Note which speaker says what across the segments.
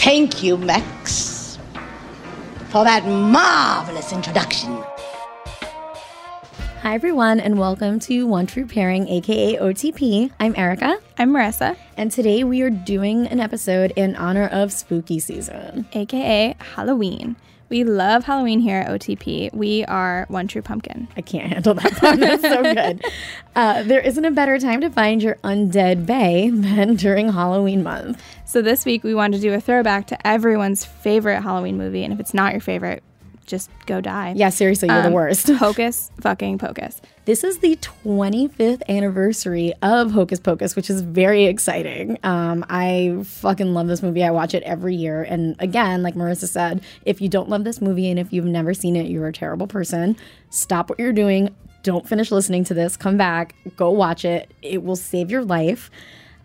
Speaker 1: Thank you, Max, for that marvelous introduction.
Speaker 2: Hi, everyone, and welcome to One True Pairing, aka OTP. I'm Erica,
Speaker 3: I'm Marissa,
Speaker 2: and today we are doing an episode in honor of spooky season.
Speaker 3: aka Halloween. We love Halloween here at OTP. We are One True Pumpkin.
Speaker 2: I can't handle that pun. It's so good. Uh, there isn't a better time to find your undead bay than during Halloween month.
Speaker 3: So this week we wanted to do a throwback to everyone's favorite Halloween movie, and if it's not your favorite, just go die.
Speaker 2: Yeah, seriously, you're the worst.
Speaker 3: Hocus fucking pocus.
Speaker 2: This is the 25th anniversary of Hocus Pocus, which is very exciting. Um, I fucking love this movie. I watch it every year. And again, like Marissa said, if you don't love this movie and if you've never seen it, you're a terrible person. Stop what you're doing. Don't finish listening to this. Come back. Go watch it. It will save your life.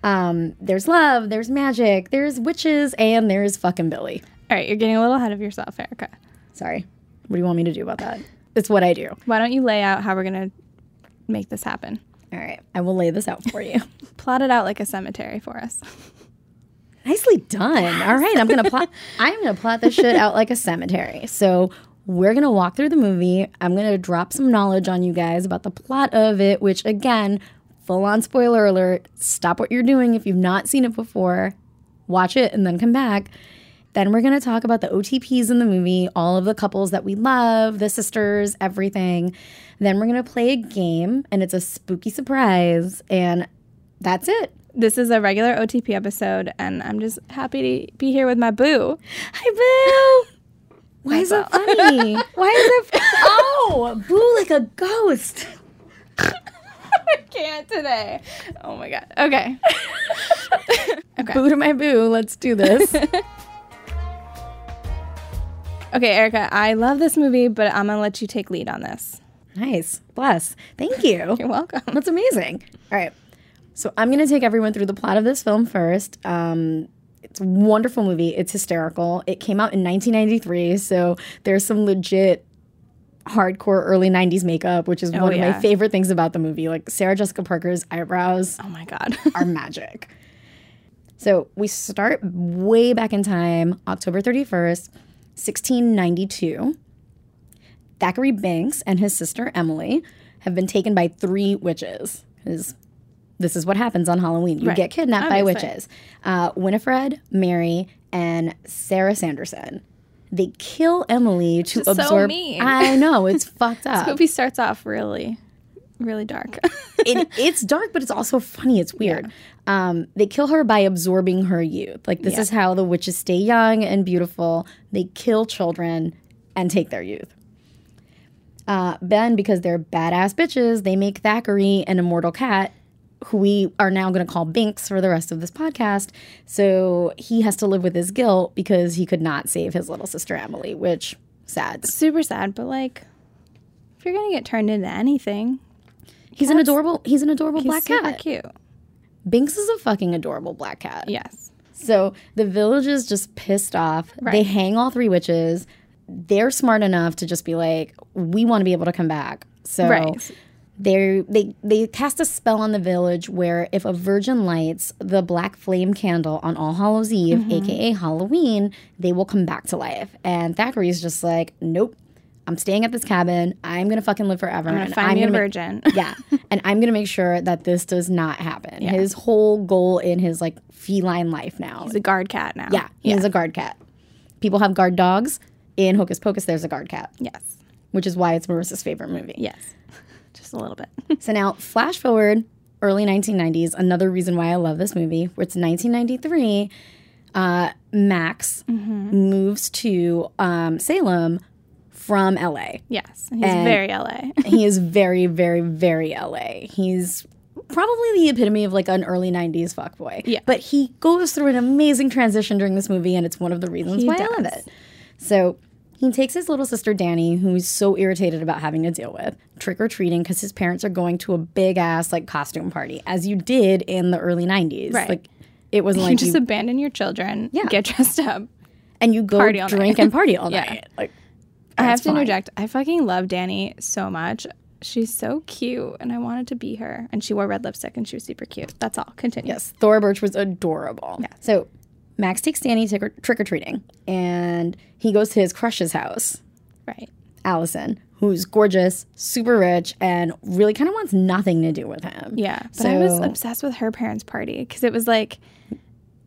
Speaker 2: Um, there's love, there's magic, there's witches, and there's fucking Billy.
Speaker 3: All right, you're getting a little ahead of yourself, Erica.
Speaker 2: Sorry. What do you want me to do about that? It's what I do.
Speaker 3: Why don't you lay out how we're gonna make this happen?
Speaker 2: All right. I will lay this out for you.
Speaker 3: Plot it out like a cemetery for us.
Speaker 2: Nicely done. All right, I'm gonna plot. I'm gonna plot this shit out like a cemetery. So we're gonna walk through the movie. I'm gonna drop some knowledge on you guys about the plot of it, which again, full on spoiler alert. Stop what you're doing if you've not seen it before. Watch it and then come back. Then we're gonna talk about the OTPs in the movie, all of the couples that we love, the sisters, everything. Then we're gonna play a game, and it's a spooky surprise, and that's it.
Speaker 3: This is a regular OTP episode, and I'm just happy to be here with my boo.
Speaker 2: Hi, Boo. Why is that funny? Why is that? oh, Boo like a ghost.
Speaker 3: I can't today. Oh my god. Okay. okay.
Speaker 2: Boo to my Boo. Let's do this.
Speaker 3: Okay, Erica, I love this movie, but I'm gonna let you take lead on this.
Speaker 2: nice. Bless. Thank you.
Speaker 3: You're welcome.
Speaker 2: That's amazing. All right. So I'm going to take everyone through the plot of this film first. Um, it's a wonderful movie. It's hysterical. It came out in 1993, so there's some legit hardcore early 90s makeup, which is one of my
Speaker 3: yeah.
Speaker 2: favorite things about the movie. Like Sarah Jessica Parker's eyebrows
Speaker 3: Oh my god.
Speaker 2: are magic. So we start way back in time, October 31st, 1692. Thackeray Banks and his sister Emily have been taken by three witches. 'Cause This is what happens on Halloween. You
Speaker 3: Right.
Speaker 2: get kidnapped by
Speaker 3: Obviously.
Speaker 2: witches. Uh, Winifred, Mary, and Sarah Sanderson. They kill Emily to
Speaker 3: so
Speaker 2: absorb.
Speaker 3: mean.
Speaker 2: I know it's fucked up.
Speaker 3: movie starts off really, really dark.
Speaker 2: it, it's dark, but it's also funny. It's weird. Um, they kill her by absorbing her youth. Like this is how the witches stay young and beautiful. They kill children and take their youth. Uh, then, because they're badass bitches, they make Thackeray an immortal cat, who we are now going to call Binks for the rest of this podcast. So he has to live with his guilt because he could not save his little sister Emily, which sad.
Speaker 3: Super sad, but like, if you're gonna get turned into anything,
Speaker 2: He's an adorable. He's an adorable
Speaker 3: he's
Speaker 2: black
Speaker 3: super
Speaker 2: cat.
Speaker 3: cute.
Speaker 2: Binks is a fucking adorable black cat.
Speaker 3: Yes.
Speaker 2: So the village is just pissed off. They hang all three witches. They're smart enough to just be like, we want to be able to come back. So
Speaker 3: Right.
Speaker 2: they they they cast a spell on the village where if a virgin lights the black flame candle on All Hallows Eve,
Speaker 3: Mm-hmm.
Speaker 2: aka Halloween, they will come back to life. And Thackeray's just like, nope. I'm staying at this cabin. I'm gonna fucking live forever.
Speaker 3: I'm
Speaker 2: and
Speaker 3: gonna find me a
Speaker 2: gonna make-
Speaker 3: virgin.
Speaker 2: yeah and i'm gonna make sure that this does not happen his whole goal in his like feline life now
Speaker 3: he's a guard cat now.
Speaker 2: yeah he is a guard cat people have guard dogs in hocus pocus there's a guard cat
Speaker 3: Yes.
Speaker 2: which is why it's marissa's favorite movie
Speaker 3: Yes. Just a little bit.
Speaker 2: so now flash forward early 1990s another reason why i love this movie where it's 1993 uh, max
Speaker 3: Mm-hmm.
Speaker 2: moves to um, salem from la
Speaker 3: yes. And he's very LA.
Speaker 2: he is very, very, very LA. He's probably the epitome of like an early 90s fuckboy.
Speaker 3: Yeah.
Speaker 2: But he goes through an amazing transition during this movie, and it's one of the reasons why I love
Speaker 3: does.
Speaker 2: it. So he takes his little sister Danny, who he's so irritated about having to deal with, trick or treating because his parents are going to a big ass like costume party, as you did in the early 90s.
Speaker 3: Right.
Speaker 2: Like, it wasn't
Speaker 3: you
Speaker 2: like
Speaker 3: just
Speaker 2: you,
Speaker 3: abandon your children.
Speaker 2: Yeah.
Speaker 3: Get dressed up.
Speaker 2: and you go
Speaker 3: party all
Speaker 2: drink
Speaker 3: night.
Speaker 2: and party all
Speaker 3: Yeah.
Speaker 2: night. Like,
Speaker 3: I have to
Speaker 2: fine.
Speaker 3: interject. I fucking love Danny so much. She's so cute, and I wanted to be her. And she wore red lipstick, and she was super cute. That's all. Continue.
Speaker 2: Yes, Thora Birch was adorable. So Max takes Danny trick or treating, and he goes to his crush's house,
Speaker 3: Right.
Speaker 2: Allison, who's gorgeous, super rich, and really kind of wants nothing to do with him.
Speaker 3: Yeah. But I was
Speaker 2: So-
Speaker 3: obsessed with her parents' party because it was like,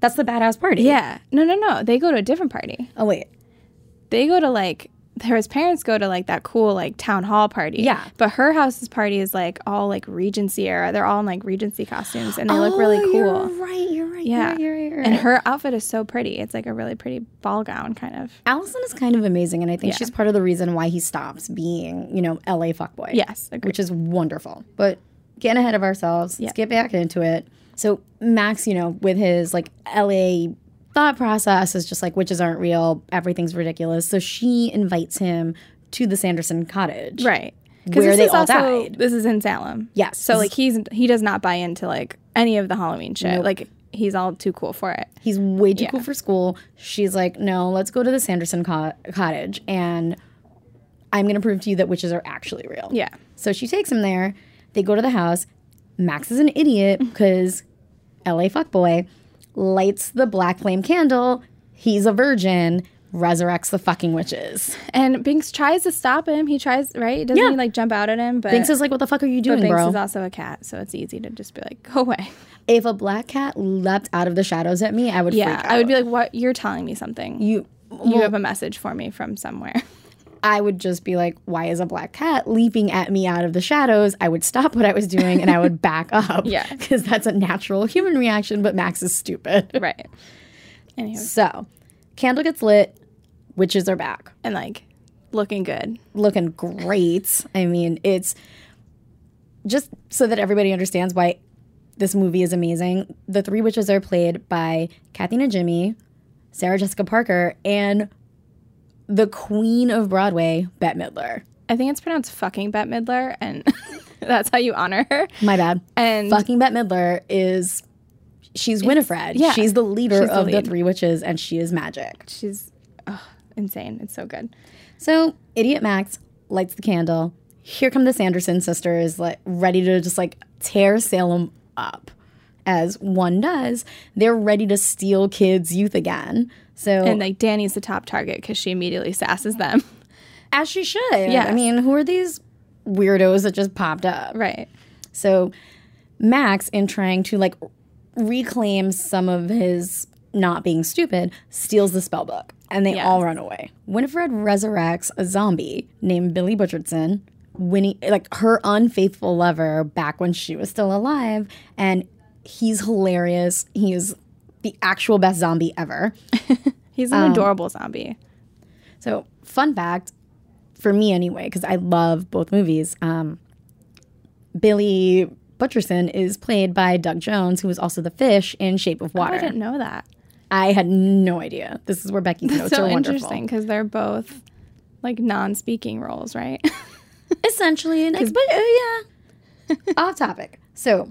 Speaker 2: That's the badass party.
Speaker 3: yeah, no, no, no. They go to a different party.
Speaker 2: Oh wait.
Speaker 3: They go to like her his parents go to like that cool like town hall party.
Speaker 2: Yeah.
Speaker 3: But her house's party is like all like Regency era. They're all in like Regency costumes, and they look really
Speaker 2: Oh,
Speaker 3: cool.
Speaker 2: You're right. You're right.
Speaker 3: Yeah.
Speaker 2: Yeah. You're right, you're right, you're
Speaker 3: And
Speaker 2: right.
Speaker 3: her outfit is so pretty. It's like a really pretty ball gown kind of.
Speaker 2: Allison is kind of amazing, and I think
Speaker 3: Yeah.
Speaker 2: she's part of the reason why he stops being, you know, LA fuckboy.
Speaker 3: Yes, agreed.
Speaker 2: which is wonderful. But getting ahead of ourselves, let's get back into it. So Max, you know, with his like LA thought process is just like witches aren't real, everything's ridiculous. So she invites him to the Sanderson cottage.
Speaker 3: right. 'Cause
Speaker 2: Where
Speaker 3: this
Speaker 2: they
Speaker 3: is
Speaker 2: all
Speaker 3: also-
Speaker 2: died.
Speaker 3: This is in Salem.
Speaker 2: Yes.
Speaker 3: So like he's he does not buy into like any of the Halloween shit. Like he's all too cool for it.
Speaker 2: He's way too cool for school. She's like, no, let's go to the Sanderson co- cottage and I'm going to prove to you that witches are actually real.
Speaker 3: Yeah.
Speaker 2: So she takes him there. They go to the house. Max is an idiot because LA fuckboy lights the black flame candle. He's a virgin, resurrects the fucking witches.
Speaker 3: And Binks tries to stop him. He tries, right? Doesn't
Speaker 2: Yeah.
Speaker 3: he like jump out at him? But
Speaker 2: Binks is like, what the fuck are you doing,
Speaker 3: Binks
Speaker 2: bro?
Speaker 3: is also a cat, so it's easy to just be like, go away.
Speaker 2: if a black cat leapt out of the shadows at me, I would
Speaker 3: Yeah.
Speaker 2: freak out.
Speaker 3: I would be like, what? You're telling me something. You,
Speaker 2: you,
Speaker 3: have a message for me from somewhere.
Speaker 2: I would just be like, why is a black cat leaping at me out of the shadows? I would stop what I was doing and I would back up.
Speaker 3: Yeah.
Speaker 2: Because that's a natural human reaction, but Max is stupid.
Speaker 3: right. Anyway,
Speaker 2: So, candle gets lit, witches are back,
Speaker 3: and like looking good.
Speaker 2: looking great. I mean, it's just so that everybody understands why this movie is amazing. The three witches are played by Kathy and Jimmy, Sarah Jessica Parker, and the queen of Broadway, Bette Midler.
Speaker 3: I think it's pronounced fucking Bette Midler, and that's how you honor her.
Speaker 2: My bad.
Speaker 3: And
Speaker 2: Fucking Bette Midler is. She's Winifred.
Speaker 3: yeah.
Speaker 2: She's the leader
Speaker 3: She's the
Speaker 2: of the
Speaker 3: lead.
Speaker 2: three witches, and she is magic.
Speaker 3: she's ugh, insane. It's so good.
Speaker 2: So, idiot Max lights the candle. Here come the Sanderson sisters, like ready to just like tear Salem up, as one does. They're ready to steal kids' youth again. So,
Speaker 3: And like Danny's the top target because she immediately sasses them.
Speaker 2: as she should. Yeah. I mean, who are these weirdos that just popped up?
Speaker 3: Right.
Speaker 2: So Max, in trying to like reclaim some of his not being stupid, steals the spell book and they all run away. Winifred resurrects a zombie named Billy Butcherson, Winnie like her unfaithful lover back when she was still alive, and he's hilarious. He is the actual best zombie ever.
Speaker 3: He's an adorable zombie.
Speaker 2: So, fun fact for me anyway, because I love both movies. Um, Billy Butcherson is played by Doug Jones, who was also the fish in Shape of
Speaker 3: I
Speaker 2: Water.
Speaker 3: didn't know that.
Speaker 2: I, had no idea. This is where Becky's notes
Speaker 3: so
Speaker 2: are
Speaker 3: interesting
Speaker 2: wonderful.
Speaker 3: because they're both like non-speaking roles, right?
Speaker 2: Essentially, an ex- but uh, yeah, off topic. So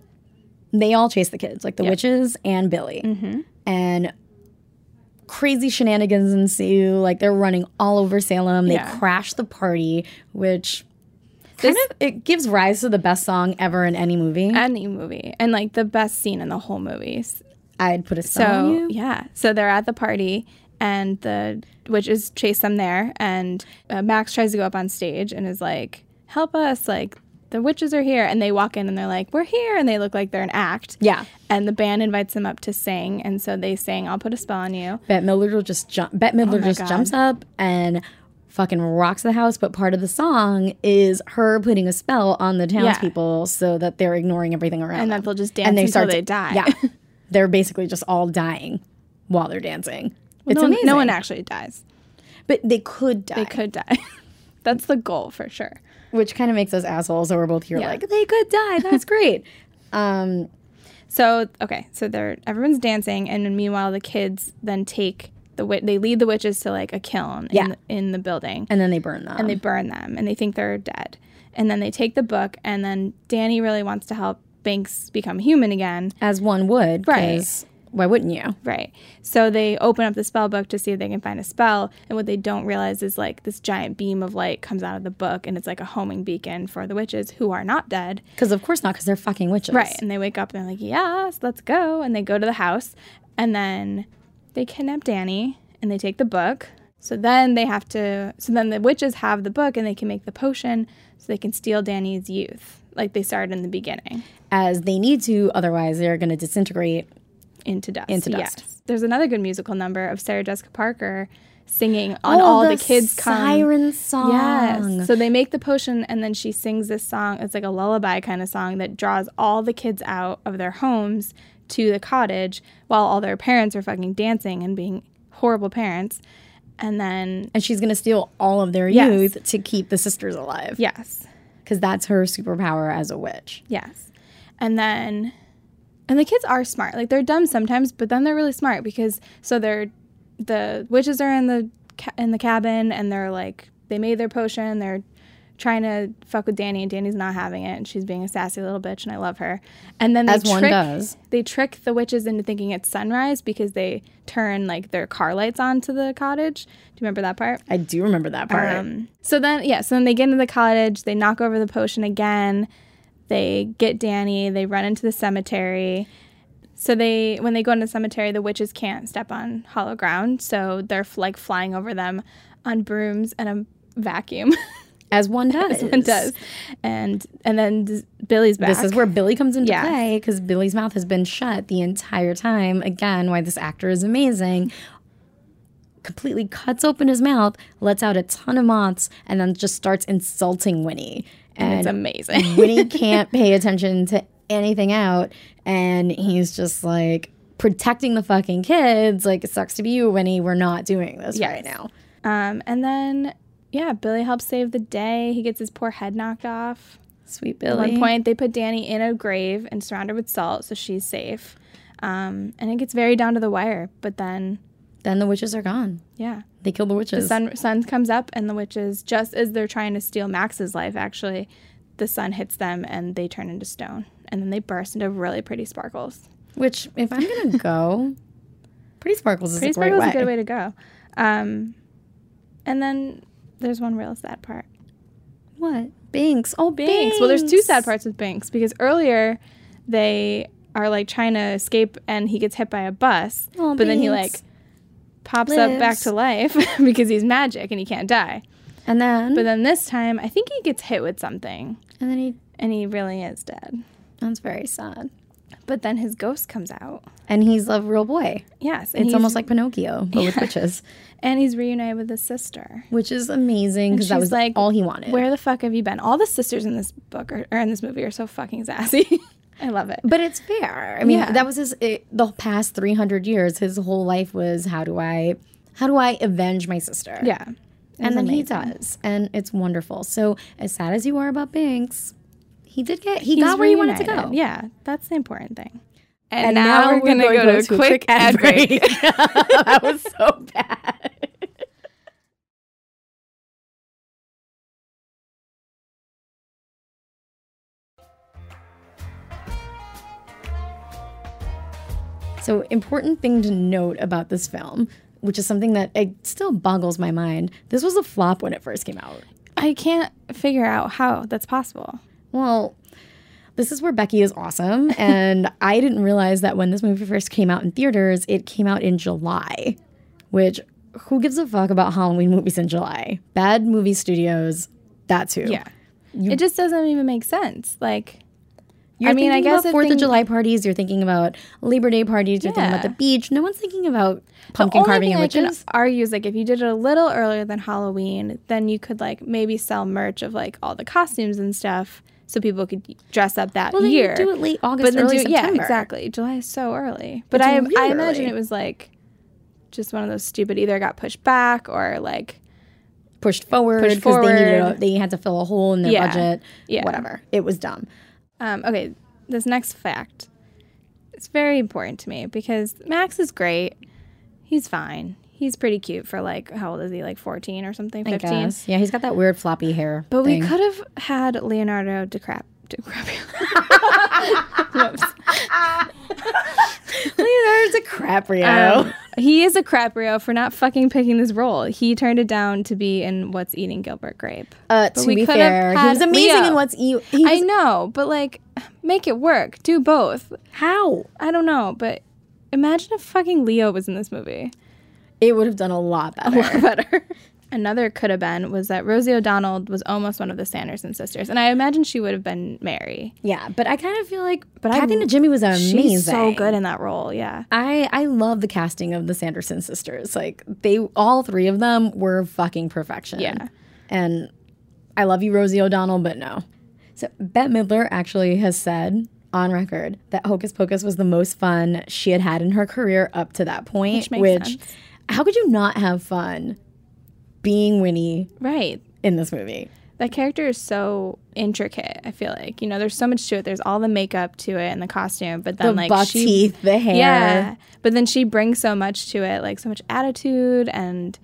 Speaker 2: they all chase the kids, like the witches and Billy, and crazy shenanigans ensue. Like they're running all over Salem. They
Speaker 3: Yeah.
Speaker 2: crash the party, which kind of Uh, it gives rise to the best song ever in any movie.
Speaker 3: Any movie and like the best scene in the whole movie. S-
Speaker 2: I'd put a song. on
Speaker 3: So
Speaker 2: you.
Speaker 3: yeah, so they're at the party and the witches chase them there, and uh, Max tries to go up on stage and is like, "Help us!" Like the witches are here, and they walk in and they're like, "We're here," and they look like they're an act.
Speaker 2: Yeah.
Speaker 3: And the band invites them up to sing, and so they sing, "I'll put a spell on you."
Speaker 2: Bette Midler will just jump. Bette Midler just
Speaker 3: Oh God.
Speaker 2: jumps up and fucking rocks the house. But part of the song is her putting a spell on the townspeople so that they're ignoring everything around.
Speaker 3: And
Speaker 2: them.
Speaker 3: that they'll just dance until they die.
Speaker 2: Yeah, they're basically just all dying while they're dancing. It's
Speaker 3: no, one-
Speaker 2: amazing.
Speaker 3: No one actually dies.
Speaker 2: but they could die,
Speaker 3: They could die. That's the goal for sure.
Speaker 2: which kind of makes us assholes. So we're both here like they could die. That's great. Um,
Speaker 3: So okay, so they're everyone's dancing, and then meanwhile the kids then take the wit. They lead the witches to like a kiln
Speaker 2: Yeah.
Speaker 3: in, the, in the building,
Speaker 2: and then they burn them.
Speaker 3: and they burn them, and they think they're dead, and then they take the book, and then Danny really wants to help Banks become human again,
Speaker 2: as one would,
Speaker 3: Right.
Speaker 2: because Why wouldn't you?
Speaker 3: Right. So they open up the spell book to see if they can find a spell. And what they don't realize is like this giant beam of light comes out of the book and it's like a homing beacon for the witches who are not dead.
Speaker 2: Because of course not, because they're fucking witches.
Speaker 3: Right. And they wake up and they're like, yes, let's go. And they go to the house and then they kidnap Danny and they take the book. So then they have to, so then the witches have the book and they can make the potion so they can steal Danny's youth. Like they started in the beginning
Speaker 2: As they need to, otherwise they're going to disintegrate.
Speaker 3: into dust.
Speaker 2: Into dust.
Speaker 3: Yes. There's another good musical number of Sarah Jessica Parker singing on
Speaker 2: Oh,
Speaker 3: all the, kids come.
Speaker 2: siren song.
Speaker 3: Yes. So they make the potion and then she sings this song. It's like a lullaby kind of song that draws all the kids out of their homes to the cottage while all their parents are fucking dancing and being horrible parents. And then,
Speaker 2: And she's going to steal all of their
Speaker 3: Yes.
Speaker 2: youth to keep the sisters alive.
Speaker 3: yes,
Speaker 2: Because that's her superpower as a witch.
Speaker 3: yes. And then, and the kids are smart. Like they're dumb sometimes, but then they're really smart because so they're the witches are in the ca- in the cabin and they're like they made their potion. They're trying to fuck with Danny and Danny's not having it and she's being a sassy little bitch and I love her. And then they
Speaker 2: As one
Speaker 3: trick-
Speaker 2: does.
Speaker 3: They trick the witches into thinking it's sunrise because they turn like their car lights on to the cottage. Do you remember that part?
Speaker 2: I do remember that part.
Speaker 3: Um, so then, yeah, so then they get into the cottage, they knock over the potion again, they get Danny, they run into the cemetery. So they, when they go into the cemetery, the witches can't step on hollow ground, so they're f- like flying over them on brooms and a vacuum.
Speaker 2: as one does.
Speaker 3: One does, and and then d- Billy's back.
Speaker 2: This is where Billy comes into play
Speaker 3: Yes.
Speaker 2: 'cause play because Billy's mouth has been shut the entire time. Again, why this actor is amazing. Completely cuts open his mouth, lets out a ton of moths, and then just starts insulting Winnie. And
Speaker 3: it's amazing.
Speaker 2: Winnie can't pay attention to anything out, and he's just like protecting the fucking kids. Like, it sucks to be you, Winnie. We're not doing this
Speaker 3: Yes.
Speaker 2: right now.
Speaker 3: Um, and then yeah, Billy helps save the day. He gets his poor head knocked off.
Speaker 2: Sweet
Speaker 3: At
Speaker 2: Billy.
Speaker 3: one point, they put Danny in a grave and surround her with salt, so she's safe. Um, and it gets very down to the wire. But then,
Speaker 2: Then the witches are gone.
Speaker 3: yeah,
Speaker 2: They kill the witches.
Speaker 3: the sun sun comes up, and the witches, just as they're trying to steal Max's life, actually, the sun hits them, and they turn into stone. And then they burst into really pretty sparkles.
Speaker 2: Which, if I'm gonna go, Pretty Sparkles is
Speaker 3: Pretty
Speaker 2: a great
Speaker 3: sparkles
Speaker 2: way.
Speaker 3: is a good way to go. Um, and then there's one real sad part.
Speaker 2: What Binks? Oh, Binks.
Speaker 3: Binks. Well, there's two sad parts with Binks because earlier they are like trying to escape and he gets hit by a bus,
Speaker 2: Aw,
Speaker 3: but then he like
Speaker 2: Binks.
Speaker 3: pops up back to life because he's magic and he can't die.
Speaker 2: And then,
Speaker 3: But then this time, I think he gets hit with something
Speaker 2: and then he.
Speaker 3: and he really is dead.
Speaker 2: That's very sad.
Speaker 3: But then his ghost comes out.
Speaker 2: And he's a real boy.
Speaker 3: Yes, and
Speaker 2: It's
Speaker 3: he's-
Speaker 2: almost like Pinocchio, but with witches,
Speaker 3: and he's reunited with his sister.
Speaker 2: which is amazing because that
Speaker 3: she's
Speaker 2: was
Speaker 3: like,
Speaker 2: like all he wanted.
Speaker 3: Where the fuck have you been? All the sisters in this book are, or in this movie are so fucking sassy. I love it.
Speaker 2: but it's fair. I mean,
Speaker 3: Yeah.
Speaker 2: that was his it, the past 300 years. His whole life was how do I, how do I avenge my sister?
Speaker 3: Yeah,
Speaker 2: and then he does, and it's wonderful. So as sad as you are about Binks, he did get he got where he wanted to
Speaker 3: reunited.
Speaker 2: go.
Speaker 3: Yeah, that's the important thing. And, now, we're gonna, go, to a quick ad break.
Speaker 2: that was so bad. So, important thing to note about this film, which is something that it still boggles my mind. This was a flop when it first came out.
Speaker 3: I can't figure out how that's possible.
Speaker 2: Well, this is where Becky is awesome. And I didn't realize that when this movie first came out in theaters, it came out in July, which who gives a fuck about Halloween movies in July? Bad movie studios, that's who.
Speaker 3: it just doesn't even make sense. Like,
Speaker 2: You're
Speaker 3: I mean, I
Speaker 2: thinking
Speaker 3: guess
Speaker 2: about
Speaker 3: the
Speaker 2: Fourth
Speaker 3: thing-
Speaker 2: of July parties. You're thinking about Labor Day parties. You're thinking about
Speaker 3: Yeah.
Speaker 2: the beach. No one's thinking about pumpkin
Speaker 3: only
Speaker 2: carving
Speaker 3: thing
Speaker 2: and
Speaker 3: I can
Speaker 2: witches.
Speaker 3: argue is like if you did it a little earlier than Halloween, then you could like maybe sell merch of like all the costumes and stuff, so people could dress up that
Speaker 2: Well, then you
Speaker 3: year.
Speaker 2: do it late August,
Speaker 3: but then
Speaker 2: early
Speaker 3: do, yeah,
Speaker 2: September.
Speaker 3: exactly. July is so early, but
Speaker 2: It's
Speaker 3: I I
Speaker 2: really
Speaker 3: imagine
Speaker 2: early.
Speaker 3: it was like just one of those stupid either got pushed back or like
Speaker 2: Pushed forward
Speaker 3: Pushed
Speaker 2: because they needed a,
Speaker 3: forward.
Speaker 2: they had to fill a hole in their
Speaker 3: Yeah.
Speaker 2: budget.
Speaker 3: Yeah.
Speaker 2: Whatever. It was dumb.
Speaker 3: Um, okay, this next fact is very important to me because Max is great. He's fine. He's pretty cute for like how old is he? Like fourteen or something,
Speaker 2: I
Speaker 3: fifteen.
Speaker 2: guess. Yeah, he's got that weird floppy hair.
Speaker 3: But
Speaker 2: thing.
Speaker 3: we could have had Leonardo DiCap- DiCaprio. Whoops.
Speaker 2: Leonardo Craprio.
Speaker 3: Um, he is a craprio for not fucking picking this role. He turned it down to be in What's Eating Gilbert Grape.
Speaker 2: uh,
Speaker 3: but
Speaker 2: to
Speaker 3: we
Speaker 2: be
Speaker 3: could have
Speaker 2: fair, he
Speaker 3: had
Speaker 2: was amazing
Speaker 3: Leo.
Speaker 2: in what's e-
Speaker 3: I know, but like, make it work. Do both.
Speaker 2: how
Speaker 3: I don't know, but imagine if fucking Leo was in this movie.
Speaker 2: it would have done a lot better.
Speaker 3: better. Another could have been was that Rosie O'Donnell was almost one of the Sanderson sisters, and I imagine she would have been Mary.
Speaker 2: Yeah, but I kind of feel like
Speaker 3: But
Speaker 2: but
Speaker 3: I-
Speaker 2: Kathy and Jimmy was amazing.
Speaker 3: She's so good in that role. Yeah,
Speaker 2: I I love the casting of the Sanderson sisters. Like they all three of them were fucking perfection.
Speaker 3: Yeah.
Speaker 2: And I love you Rosie O'Donnell, but no. So Bette Midler actually has said on record that Hocus Pocus was the most fun she had had in her career up to that point, which,
Speaker 3: makes sense.
Speaker 2: how could you not have fun being Winnie
Speaker 3: right.
Speaker 2: in this movie?
Speaker 3: That character is so intricate. I feel like you know, there's so much to it. There's all the makeup to it and the costume, but then
Speaker 2: The
Speaker 3: like
Speaker 2: buck
Speaker 3: she,
Speaker 2: teeth, the hair.
Speaker 3: yeah, but then she brings so much to it, like so much attitude, and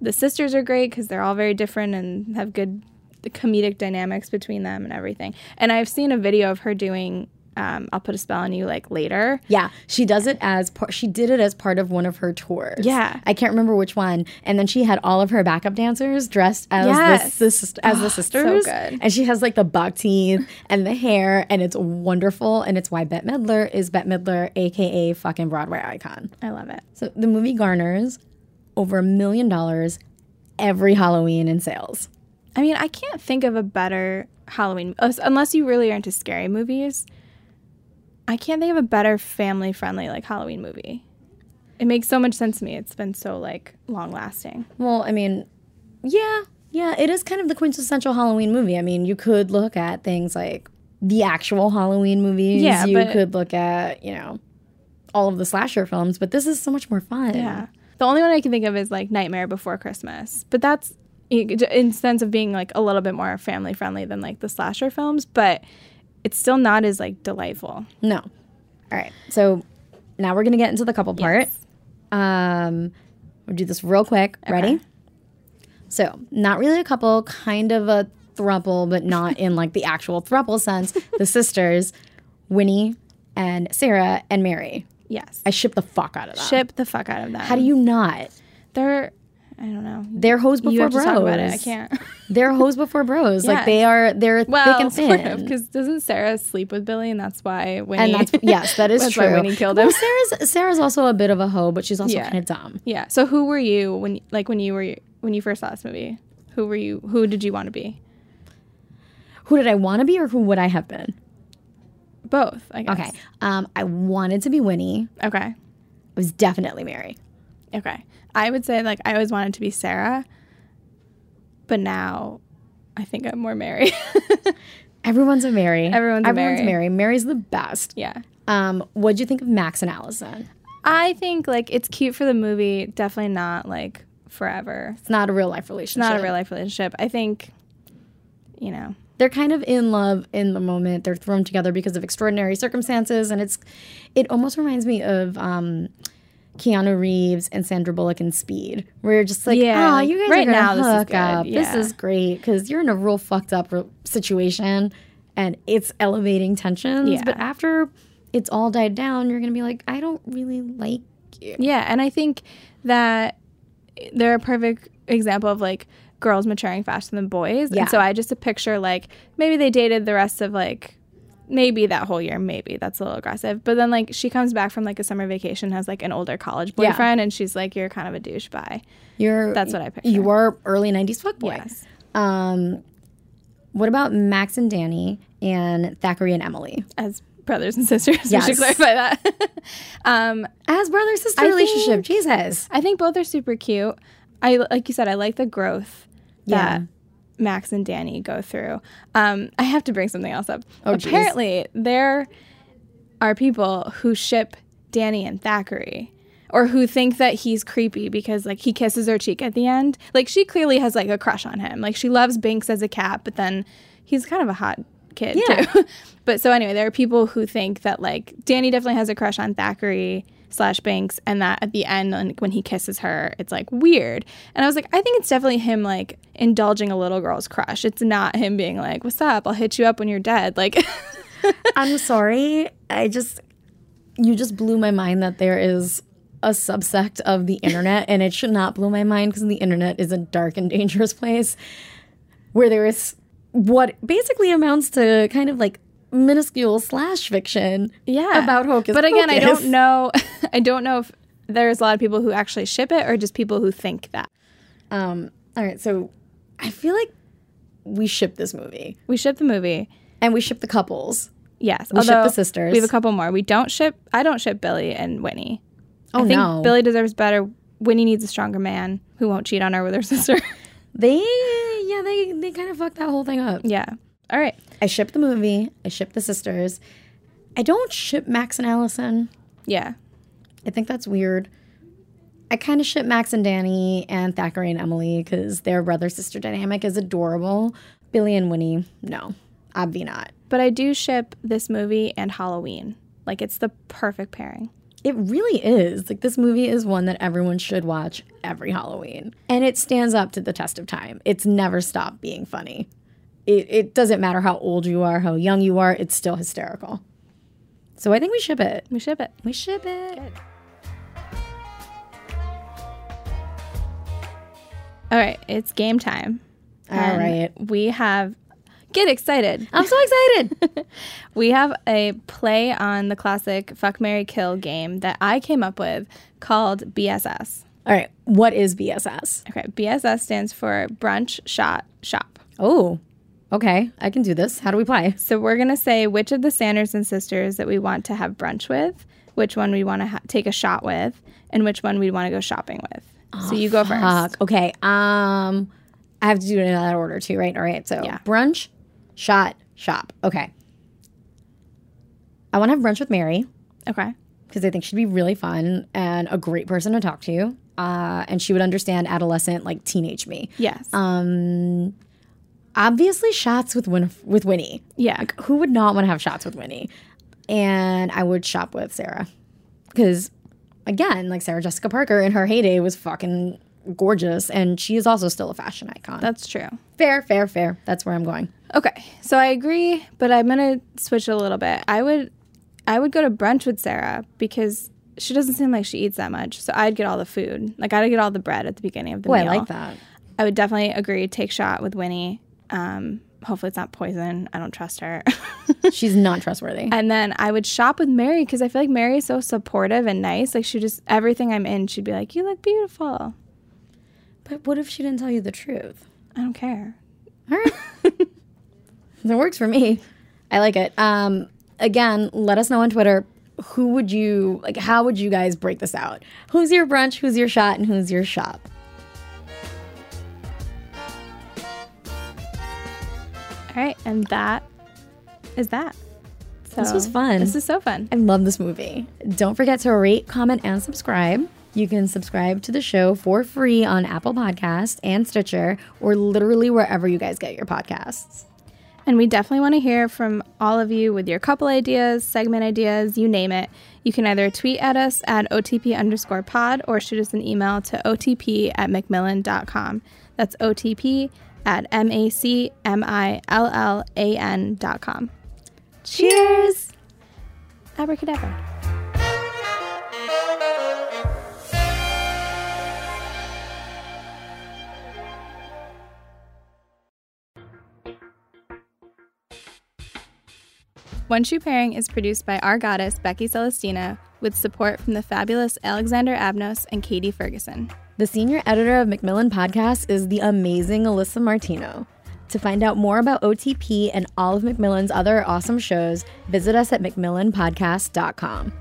Speaker 3: the sisters are great because they're all very different and have good the comedic dynamics between them and everything. And I've seen a video of her doing. Um, I'll put a spell on you like later.
Speaker 2: Yeah, she does it as par- she did it as part of one of her tours.
Speaker 3: Yeah.
Speaker 2: I can't remember which one. And then she had all of her backup dancers dressed as
Speaker 3: Yes. Ah,
Speaker 2: the, sis- as the sisters.
Speaker 3: good.
Speaker 2: And she has like the buck teeth and the hair, and it's wonderful. And it's why Bette Midler is Bette Midler, aka fucking Broadway icon.
Speaker 3: I love it.
Speaker 2: So the movie garners over a million dollars every Halloween in sales.
Speaker 3: I mean, I can't think of a better Halloween us- unless you really are into scary movies. I can't think of a better family-friendly like Halloween movie. It makes so much sense to me. It's been so like long-lasting.
Speaker 2: Well, I mean, yeah, yeah, it is kind of the quintessential Halloween movie. I mean, you could look at things like the actual Halloween movies.
Speaker 3: Yeah,
Speaker 2: you
Speaker 3: but-
Speaker 2: could look at you know all of the slasher films, but this is so much more fun.
Speaker 3: Yeah. The only one I can think of is like Nightmare Before Christmas, but that's in sense of being like a little bit more family friendly than like the slasher films, but it's still not as like delightful.
Speaker 2: No. All right. So now we're gonna get into the couple part. Um, we'll do this real quick. Ready? So not really a couple, kind of a thruple, but not in like the actual thruple sense. The sisters, Winnie and Sarah and Mary.
Speaker 3: Yes.
Speaker 2: I ship the fuck out of them.
Speaker 3: Ship the fuck out of them.
Speaker 2: How do you not?
Speaker 3: They're I don't know.
Speaker 2: They're hoes before
Speaker 3: You have to
Speaker 2: bros.
Speaker 3: talk about it. I can't.
Speaker 2: They're hoes before bros.
Speaker 3: Yes.
Speaker 2: Like they are. They're thick
Speaker 3: Well,
Speaker 2: and
Speaker 3: sort
Speaker 2: thin.
Speaker 3: of, because doesn't Sarah sleep with Billy, and that's why Winnie.
Speaker 2: and that's yes, that is
Speaker 3: that's
Speaker 2: true.
Speaker 3: why Winnie killed him.
Speaker 2: Well, Sarah's Sarah's also a bit of a hoe, but she's also
Speaker 3: Yeah.
Speaker 2: kind of dumb.
Speaker 3: yeah. So who were you when, like, when you were when you first saw this movie? Who were you? Who did you want to be?
Speaker 2: Who did I want to be, or who would I have been?
Speaker 3: Both, I guess.
Speaker 2: Okay, um, I wanted to be Winnie.
Speaker 3: Okay.
Speaker 2: I was definitely Mary.
Speaker 3: Okay. I would say like I always wanted to be Sarah, but now I think I'm more Mary.
Speaker 2: Everyone's a Mary.
Speaker 3: Everyone's a
Speaker 2: everyone's
Speaker 3: Mary.
Speaker 2: Mary. Mary's the best.
Speaker 3: yeah.
Speaker 2: Um, what'd you think of Max and Allison?
Speaker 3: I think like it's cute for the movie, definitely not like forever.
Speaker 2: It's not a real life
Speaker 3: It's
Speaker 2: relationship.
Speaker 3: not a real life relationship. I think you know.
Speaker 2: they're kind of in love in the moment. They're thrown together because of extraordinary circumstances, and it's it almost reminds me of um, Keanu Reeves and Sandra Bullock in Speed, where you're just like,
Speaker 3: Yeah,
Speaker 2: yeah,
Speaker 3: like,
Speaker 2: you guys
Speaker 3: right
Speaker 2: are gonna
Speaker 3: now this is
Speaker 2: hook
Speaker 3: good,
Speaker 2: up. This
Speaker 3: yeah."
Speaker 2: is great because you're in a real fucked up re- situation, and it's elevating tensions.
Speaker 3: Yeah.
Speaker 2: But after it's all died down, you're gonna be like, I don't really like you.
Speaker 3: Yeah, and I think that they're a perfect example of like girls maturing faster than boys.
Speaker 2: Yeah.
Speaker 3: And so I just picture like maybe they dated the rest of like maybe that whole year, maybe that's a little aggressive. But then like she comes back from like a summer vacation, has like an older college
Speaker 2: Yeah.
Speaker 3: boyfriend, and she's like, You're kind of a douche bye.
Speaker 2: You're
Speaker 3: That's what I picture.
Speaker 2: You are early '90s fuckboy.
Speaker 3: Yes.
Speaker 2: Um, what about Max and Danny and Thackeray and Emily?
Speaker 3: As brothers and sisters. We
Speaker 2: Yes.
Speaker 3: should clarify that. um
Speaker 2: As brother sister
Speaker 3: I
Speaker 2: relationship, Jesus.
Speaker 3: I think both are super cute. I like you said, I like the growth that
Speaker 2: Yeah.
Speaker 3: Max and Danny go through. Um, I have to bring something else up.
Speaker 2: Oh, geez.
Speaker 3: Apparently, there are people who ship Danny and Thackeray. Or who think that he's creepy because like he kisses her cheek at the end. Like she clearly has like a crush on him. Like she loves Binks as a cat, but then he's kind of a hot kid
Speaker 2: Yeah.
Speaker 3: too. but so anyway, there are people who think that like Danny definitely has a crush on Thackeray slash Banks, and that at the end when- when he kisses her, it's like weird. And I was like, I think it's definitely him like indulging a little girl's crush. It's not him being like, "What's up? I'll hit you up when you're dead." Like,
Speaker 2: I'm sorry. I just you just blew my mind that there is a subsect of the internet, and it should not blow my mind because the internet is a dark and dangerous place where there is what basically amounts to kind of like minuscule slash fiction.
Speaker 3: yeah
Speaker 2: about Hocus
Speaker 3: but again i
Speaker 2: Pocus.
Speaker 3: don't know i don't know if there's a lot of people who actually ship it or just people who think that
Speaker 2: Um, all right, so I feel like we ship this movie
Speaker 3: we ship the movie
Speaker 2: and we ship the couples.
Speaker 3: yes
Speaker 2: We ship the
Speaker 3: although
Speaker 2: sisters.
Speaker 3: we have a couple more we don't ship i don't ship billy and winnie
Speaker 2: Oh
Speaker 3: i think
Speaker 2: no,
Speaker 3: billy deserves better winnie needs a stronger man who won't cheat on her with her sister
Speaker 2: they yeah they they kind of fucked that whole thing up.
Speaker 3: yeah all right
Speaker 2: I ship the movie. I ship the sisters. I don't ship Max and Allison.
Speaker 3: yeah
Speaker 2: I think that's weird. I kind of ship Max and Danny and Thackeray and Emily because their brother sister dynamic is adorable. Billy and Winnie, no, obvi not.
Speaker 3: but i do ship this movie and halloween like it's the perfect pairing
Speaker 2: It really is. Like, this movie is one that everyone should watch every Halloween. And it stands up to the test of time. It's never stopped being funny. It, it doesn't matter how old you are, how young you are, it's still hysterical. So I think we ship it.
Speaker 3: we ship it
Speaker 2: We ship it.
Speaker 3: all right it's game time
Speaker 2: All right.
Speaker 3: we have get excited
Speaker 2: Um, I'm so excited.
Speaker 3: We have a play on the classic Fuck Mary Kill game that I came up with called BSS.
Speaker 2: All right. What is BSS?
Speaker 3: Okay, BSS stands for Brunch Shot Shop.
Speaker 2: Oh, okay. I can do this. How do we play?
Speaker 3: So we're going to say which of the Sanders and sisters that we want to have brunch with, which one we want to ha- take a shot with, and which one we want to go shopping with. so you go first.
Speaker 2: Fuck. Okay. Um, I have to do it in that order too, right? All right. So
Speaker 3: Yeah.
Speaker 2: brunch, shot, shop. Okay. I want to have brunch with Mary
Speaker 3: Okay.
Speaker 2: because I think she'd be really fun and a great person to talk to. Uh, and she would understand adolescent, like teenage me.
Speaker 3: Yes.
Speaker 2: Obviously, shots with Win- with Winnie.
Speaker 3: yeah.
Speaker 2: Who would not want to have shots with Winnie? And I would shop with Sarah because, again, like Sarah Jessica Parker in her heyday was fucking gorgeous, and she is also still a fashion icon.
Speaker 3: That's true.
Speaker 2: Fair, fair, fair. That's where I'm going.
Speaker 3: Okay, so I agree, but I'm gonna switch it a little bit. I would, I would go to brunch with Sarah because she doesn't seem like she eats that much. So I'd get all the food, like I'd get all the bread at the beginning of the
Speaker 2: Oh, I
Speaker 3: meal.
Speaker 2: like that.
Speaker 3: I would definitely agree. Take shot with Winnie. Um, hopefully it's not poison. I don't trust her.
Speaker 2: She's not trustworthy.
Speaker 3: and then I would shop with Mary because I feel like Mary is so supportive and nice. Like she just everything I'm in, she'd be like, "You look beautiful."
Speaker 2: But what if she didn't tell you the truth?
Speaker 3: I don't care.
Speaker 2: All right. that works for me. I like it. Um, again, let us know on Twitter. Who would you like? How would you guys break this out? Who's your brunch? Who's your shot? And who's your shop?
Speaker 3: All right, and that is that. So,
Speaker 2: This was fun.
Speaker 3: This is so fun.
Speaker 2: I love this movie. Don't forget to rate, comment, and subscribe. You can subscribe to the show for free on Apple Podcasts and Stitcher, or literally wherever you guys get your podcasts.
Speaker 3: And we definitely want to hear from all of you with your couple ideas, segment ideas, you name it. You can either tweet at us at OTP underscore pod or shoot us an email to OTP at McMillan.com. That's OTP at M A C M I L L A N dot com. Cheers! Abracadabra. One Shoe Pairing is produced by our goddess, Becky Celestina, with support from the fabulous Alexander Abnos and Katie Ferguson.
Speaker 2: The senior editor of Macmillan Podcasts is the amazing Alyssa Martino. To find out more about OTP and all of Macmillan's other awesome shows, visit us at macmillanpodcast.com.